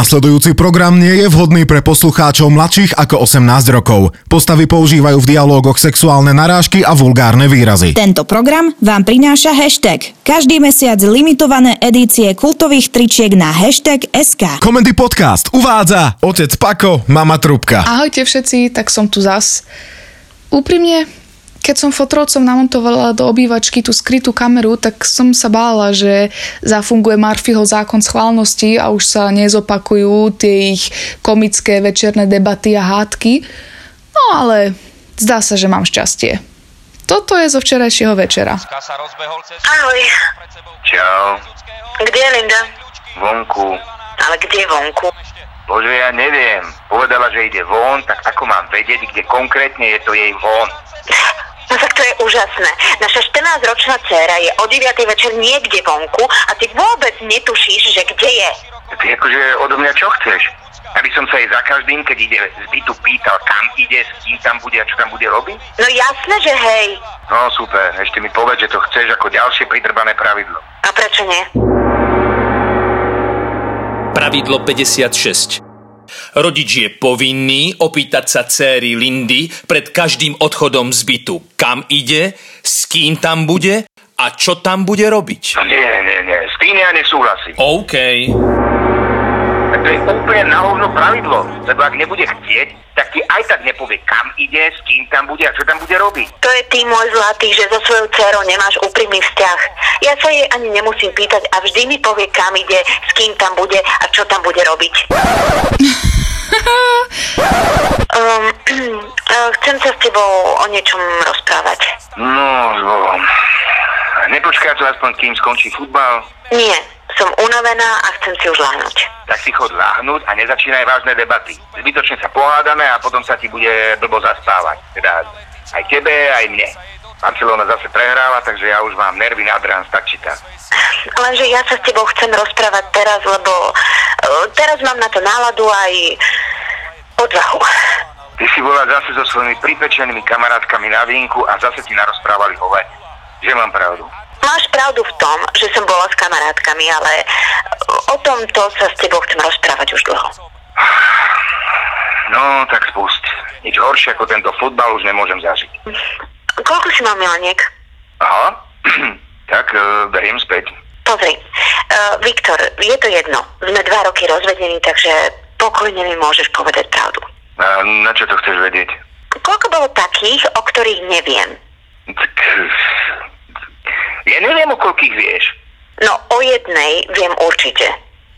Nasledujúci program nie je vhodný pre poslucháčov mladších ako 18 rokov. Postavy používajú v dialógoch sexuálne narážky a vulgárne výrazy. Tento program vám prináša hashtag. Každý mesiac limitované edície kultových tričiek na hashtag SK. Komendy Podcast uvádza otec Pako, mama Trubka. Ahojte všetci, tak som tu zas. Úprimne, keď som fotrovcom namontovala do obývačky tú skrytú kameru, tak som sa bála, že zafunguje Murphyho zákon schválnosti a už sa nezopakujú tie ich komické večerné debaty a hádky. No ale zdá sa, že mám šťastie. Toto je zo včerajšieho večera. sa rozbehol cez Ahoj, pred sebou Čau, kde je Linda? vonku. Ale kde je vonku? Bože, ja neviem. Povedala, že ide von, tak ako mám vedieť, kde konkrétne je to jej von? No tak to je úžasné. Naša 14-ročná dcéra je o 9. večer niekde vonku a ty vôbec netušíš, že kde je. Ty akože odo mňa čo chceš? Aby som sa jej za každým, keď ide z bytu, pýtal, kam ide, s kým tam bude a čo tam bude robiť? No jasné, že hej. No super, ešte mi povedz, že to chceš ako ďalšie pridrbané pravidlo. A prečo nie? Pravidlo 56. Rodič je povinný opýtať sa céry Lindy pred každým odchodom z bytu, kam ide, s kým tam bude a čo tam bude robiť. No nie, nie, nie, s tým ja nesúhlasím. OK. Tak to je úplne na hovno pravidlo, lebo ak nebude chcieť, tak ti aj tak nepovie, kam ide, s kým tam bude a čo tam bude robiť. To je ty, môj zlatý, že so svojou dcérou nemáš úprimný vzťah. Ja sa jej ani nemusím pýtať a vždy mi povie, kam ide, s kým tam bude a čo tam bude robiť. um, eh, chcem sa s tebou o niečom rozprávať. No, zvolom. Nepočká to aspoň, kým skončí futbal, Nie, som unavená a chcem si už lahnúť. tak si chod láhnuť a nezačínaj vážne debaty. Zbytočne sa pohádame a potom sa ti bude blbo zastávať. Teda aj tebe, aj mne. Barcelona zase prehráva, takže ja už mám nervy na drán, tak či tak. Lenže ja sa s tebou chcem rozprávať teraz, lebo eh, teraz mám na to náladu aj odvahu. Ty si bola zase so svojimi pripečenými kamarátkami na vínku a zase ti narozprávali hovať. Že mám pravdu. Máš pravdu v tom, že som bola s kamarátkami, ale eh, o tomto sa s tebou chcem rozprávať už dlho. No, tak spust. Nič horšie ako tento futbal už nemôžem zažiť. Koľko si mal mileniek? Aha, tak e, beriem späť. Pozri, eh, Viktor, je to jedno. Sme dva roky rozvedení, takže pokojne mi môžeš povedať pravdu. A na čo to chceš vedieť? Koľko bolo takých, o ktorých neviem? Tak, ja neviem, o koľkých vieš. No o jednej viem určite.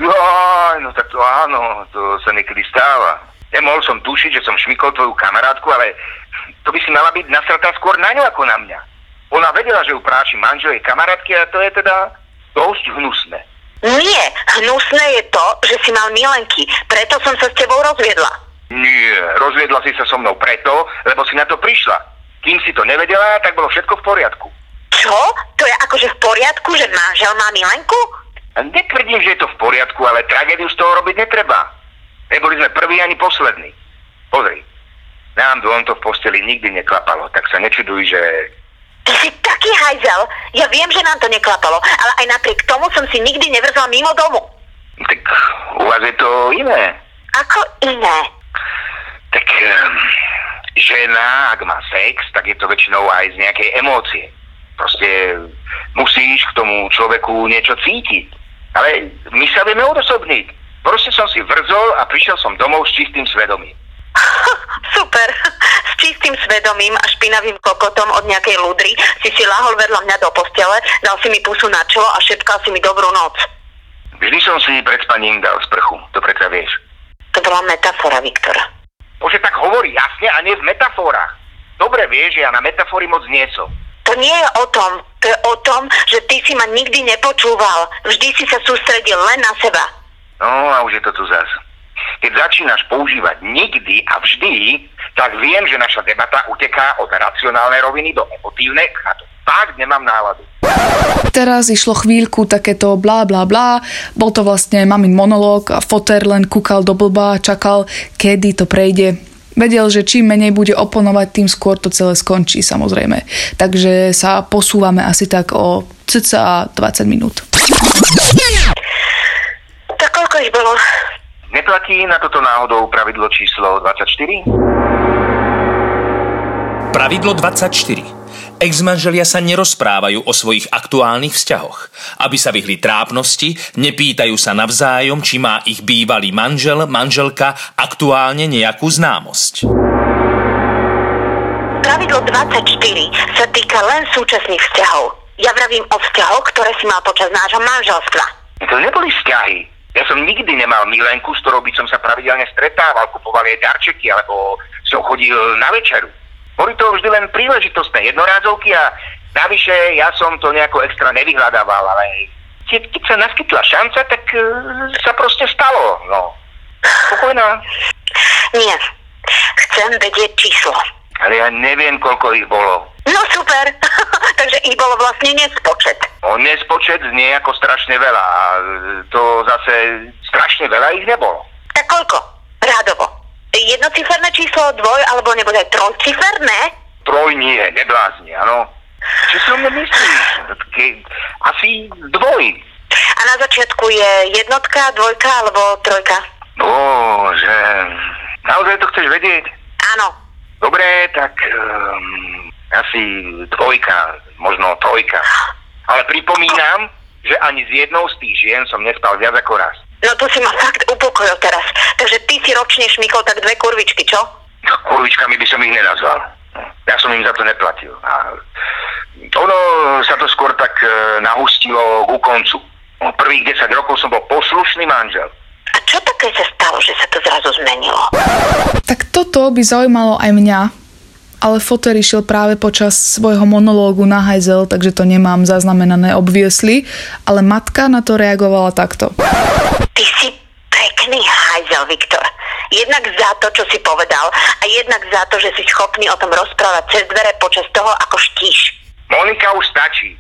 Jaj, no tak to áno, to sa niekedy stáva. Nemohol som tušiť, že som šmikol tvoju kamarátku, ale to by si mala byť nasratá skôr na ňu ako na mňa. Ona vedela, že ju práši manžel jej kamarátky a to je teda dosť hnusné. Nie, hnusné je to, že si mal milenky, preto som sa s tebou rozviedla. Nie, rozviedla si sa so mnou preto, lebo si na to prišla. Kým si to nevedela, tak bolo všetko v poriadku. Čo? To je akože v poriadku, že manžel má milenku? A Netvrdím, že je to v poriadku, ale tragédiu z toho robiť netreba. Neboli sme prví ani poslední. Pozri, nám dvom to v posteli nikdy neklapalo, tak sa nečuduj, že... Ty si taký hajzel. Ja viem, že nám to neklapalo, ale aj napriek tomu som si nikdy nevrzla mimo domu. Tak u vás je to iné. Ako iné. Tak ehm, žena, ak má sex, tak je to väčšinou aj z nejakej emócie. Proste musíš k tomu človeku niečo cítiť. Ale my sa vieme odosobniť. Proste som si vrzol a prišiel som domov s čistým svedomím. Super. S čistým svedomím a špinavým kokotom od nejakej ľudry si si lahol vedľa mňa do postele, dal si mi pusu na čelo a šepkal si mi dobrú noc. Vždy som si pred spaním dal sprchu, to predsa vieš. To bola metafora, Viktor. Bože, tak hovorí jasne a nie v metaforách. Dobre vieš, že ja na metafory moc nie som. To nie je o tom. To je o tom, že ty si ma nikdy nepočúval. Vždy si sa sústredil len na seba. No a už je to tu zas. Keď začínaš používať nikdy a vždy, tak viem, že naša debata uteká od racionálnej roviny do emotívnej a to fakt nemám náladu. Teraz išlo chvíľku takéto blá blá blá, bol to vlastne mamin monológ a foter len kúkal do blba a čakal, kedy to prejde. Vedel, že čím menej bude oponovať, tým skôr to celé skončí samozrejme. Takže sa posúvame asi tak o cca 20 minút. Tak koľko ich bolo? Neplatí na toto náhodou pravidlo číslo 24? Pravidlo 24. Ex-manželia sa nerozprávajú o svojich aktuálnych vzťahoch. Aby sa vyhli trápnosti, nepýtajú sa navzájom, či má ich bývalý manžel, manželka aktuálne nejakú známosť. Pravidlo 24 sa týka len súčasných vzťahov. Ja vravím o vzťahoch, ktoré si mal počas nášho manželstva. To neboli vzťahy. Ja som nikdy nemal milenku, s ktorou by som sa pravidelne stretával, kupoval jej darčeky alebo som chodil na večeru. Boli to vždy len príležitostné jednorázovky a navyše ja som to nejako extra nevyhľadával, ale keď, keď sa naskytla šanca, tak e, sa proste stalo. No. Spokojná. Nie. Chcem vedieť číslo. Ale ja neviem, koľko ich bolo. No super. Takže ich bolo vlastne nespočet. O nespočet znie ako strašne veľa. A to zase strašne veľa ich nebolo. Tak koľko? Rádovo. Jednociferné číslo, dvoj alebo nebude aj trojciferné? Troj nie, neblázni, áno. Čo si o mne myslíš? Ke- Asi dvoj. A na začiatku je jednotka, dvojka alebo trojka? Bože, naozaj to chceš vedieť? Áno. Dobre, tak um, asi dvojka, možno trojka. Ale pripomínam, že ani s jednou z tých žien som nespal viac ako raz. No to si ma fakt upokojil teraz. Takže ty si ročne šmykol tak dve kurvičky, čo? Kurvičkami by som ich nenazval. Ja som im za to neplatil. A ono sa to skôr tak e, nahustilo ku koncu. No, Prvých 10 rokov som bol poslušný manžel. A čo také sa stalo, že sa to zrazu zmenilo? Tak toto by zaujímalo aj mňa, ale Foter išiel práve počas svojho monológu na hajzel, takže to nemám zaznamenané obviesli, ale matka na to reagovala takto. Ty si pekný hajzel, Viktor. Jednak za to, čo si povedal a jednak za to, že si schopný o tom rozprávať cez dvere počas toho, ako štíš. Monika už stačí.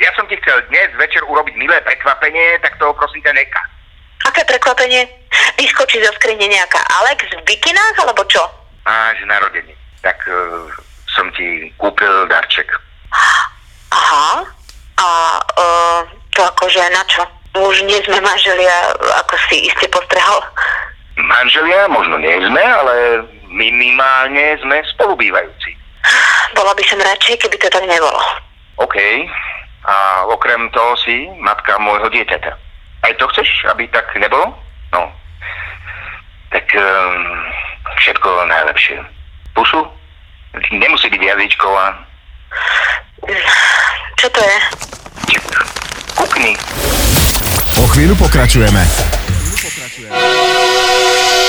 Ja som ti chcel dnes večer urobiť milé prekvapenie, tak toho prosím ťa neka. Aké prekvapenie? Vyskočí zo skrine nejaká Alex v bikinách alebo čo? Máš narodenie. Tak e, som ti kúpil darček. Aha. A e, to akože na čo? Už nie sme manželia, ako si iste postrehol. Manželia možno nie sme, ale minimálne sme spolubývajúci. Bola by som radšej, keby to tak nebolo. OK. A okrem toho si matka môjho dieťaťa. Aj to chceš, aby tak nebolo? No. Tak um, všetko najlepšie. Pusu? Nemusí byť jazyčková. Čo to je? Kukni. O chvíľu pokračujeme.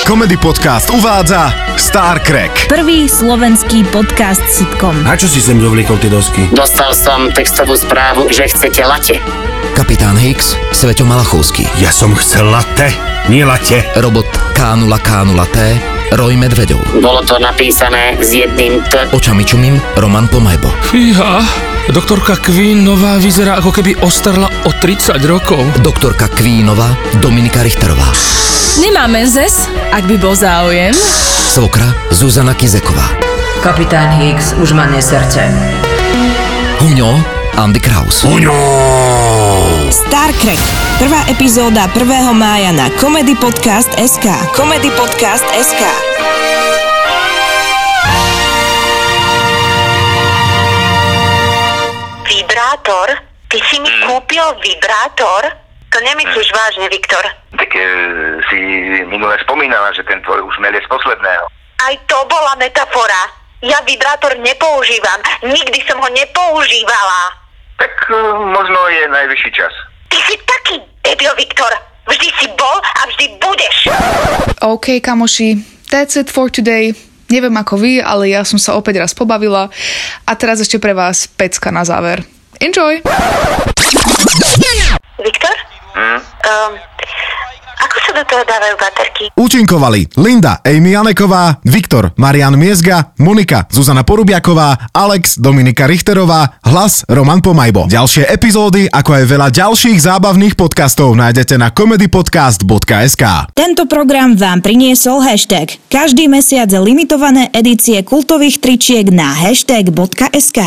Komedy podcast uvádza Star Crack. Prvý slovenský podcast sitcom. Na čo si sem dovliekol tie dosky? Dostal som textovú správu, že chcete late. Kapitán Hicks, Sveto Malachovský, Ja som chcel latte, nie late. robot K0K0T, Roy Medvedov, Bolo to napísané s jedným T. očami čumím Roman Pomajbo, Fíha, doktorka Queen nová vyzerá ako keby ostarla o 30 rokov. doktorka Kvínova, Dominika Richterová, Nemá menzes, ak by bol záujem. svokra Zuzana Kizeková, Kapitán Hicks už má neserce. Huňo, Andy Kraus. Star Trek. Prvá epizóda 1. mája na Comedy Podcast SK. Comedy Podcast SK. Vibrátor? Ty si mi kúpil vibrátor? To nemyslíš vážne, Viktor. Tak e, si minule spomínala, že ten tvoj už mel je z posledného. Aj to bola metafora. Ja vibrátor nepoužívam. Nikdy som ho nepoužívala. Tak e, možno je najvyšší čas. Ty si taký debil, Viktor. Vždy si bol a vždy budeš. OK, kamoši, that's it for today. Neviem ako vy, ale ja som sa opäť raz pobavila. A teraz ešte pre vás pecka na záver. Enjoy! Viktor? Um, ako sa do toho dávajú baterky? Účinkovali Linda, Amy Janeková, Viktor, Marian Miezga, Monika, Zuzana Porubiaková, Alex, Dominika Richterová, Hlas, Roman Pomajbo. Ďalšie epizódy, ako aj veľa ďalších zábavných podcastov nájdete na comedypodcast.sk. Tento program vám priniesol hashtag. Každý mesiac limitované edície kultových tričiek na hashtag.sk.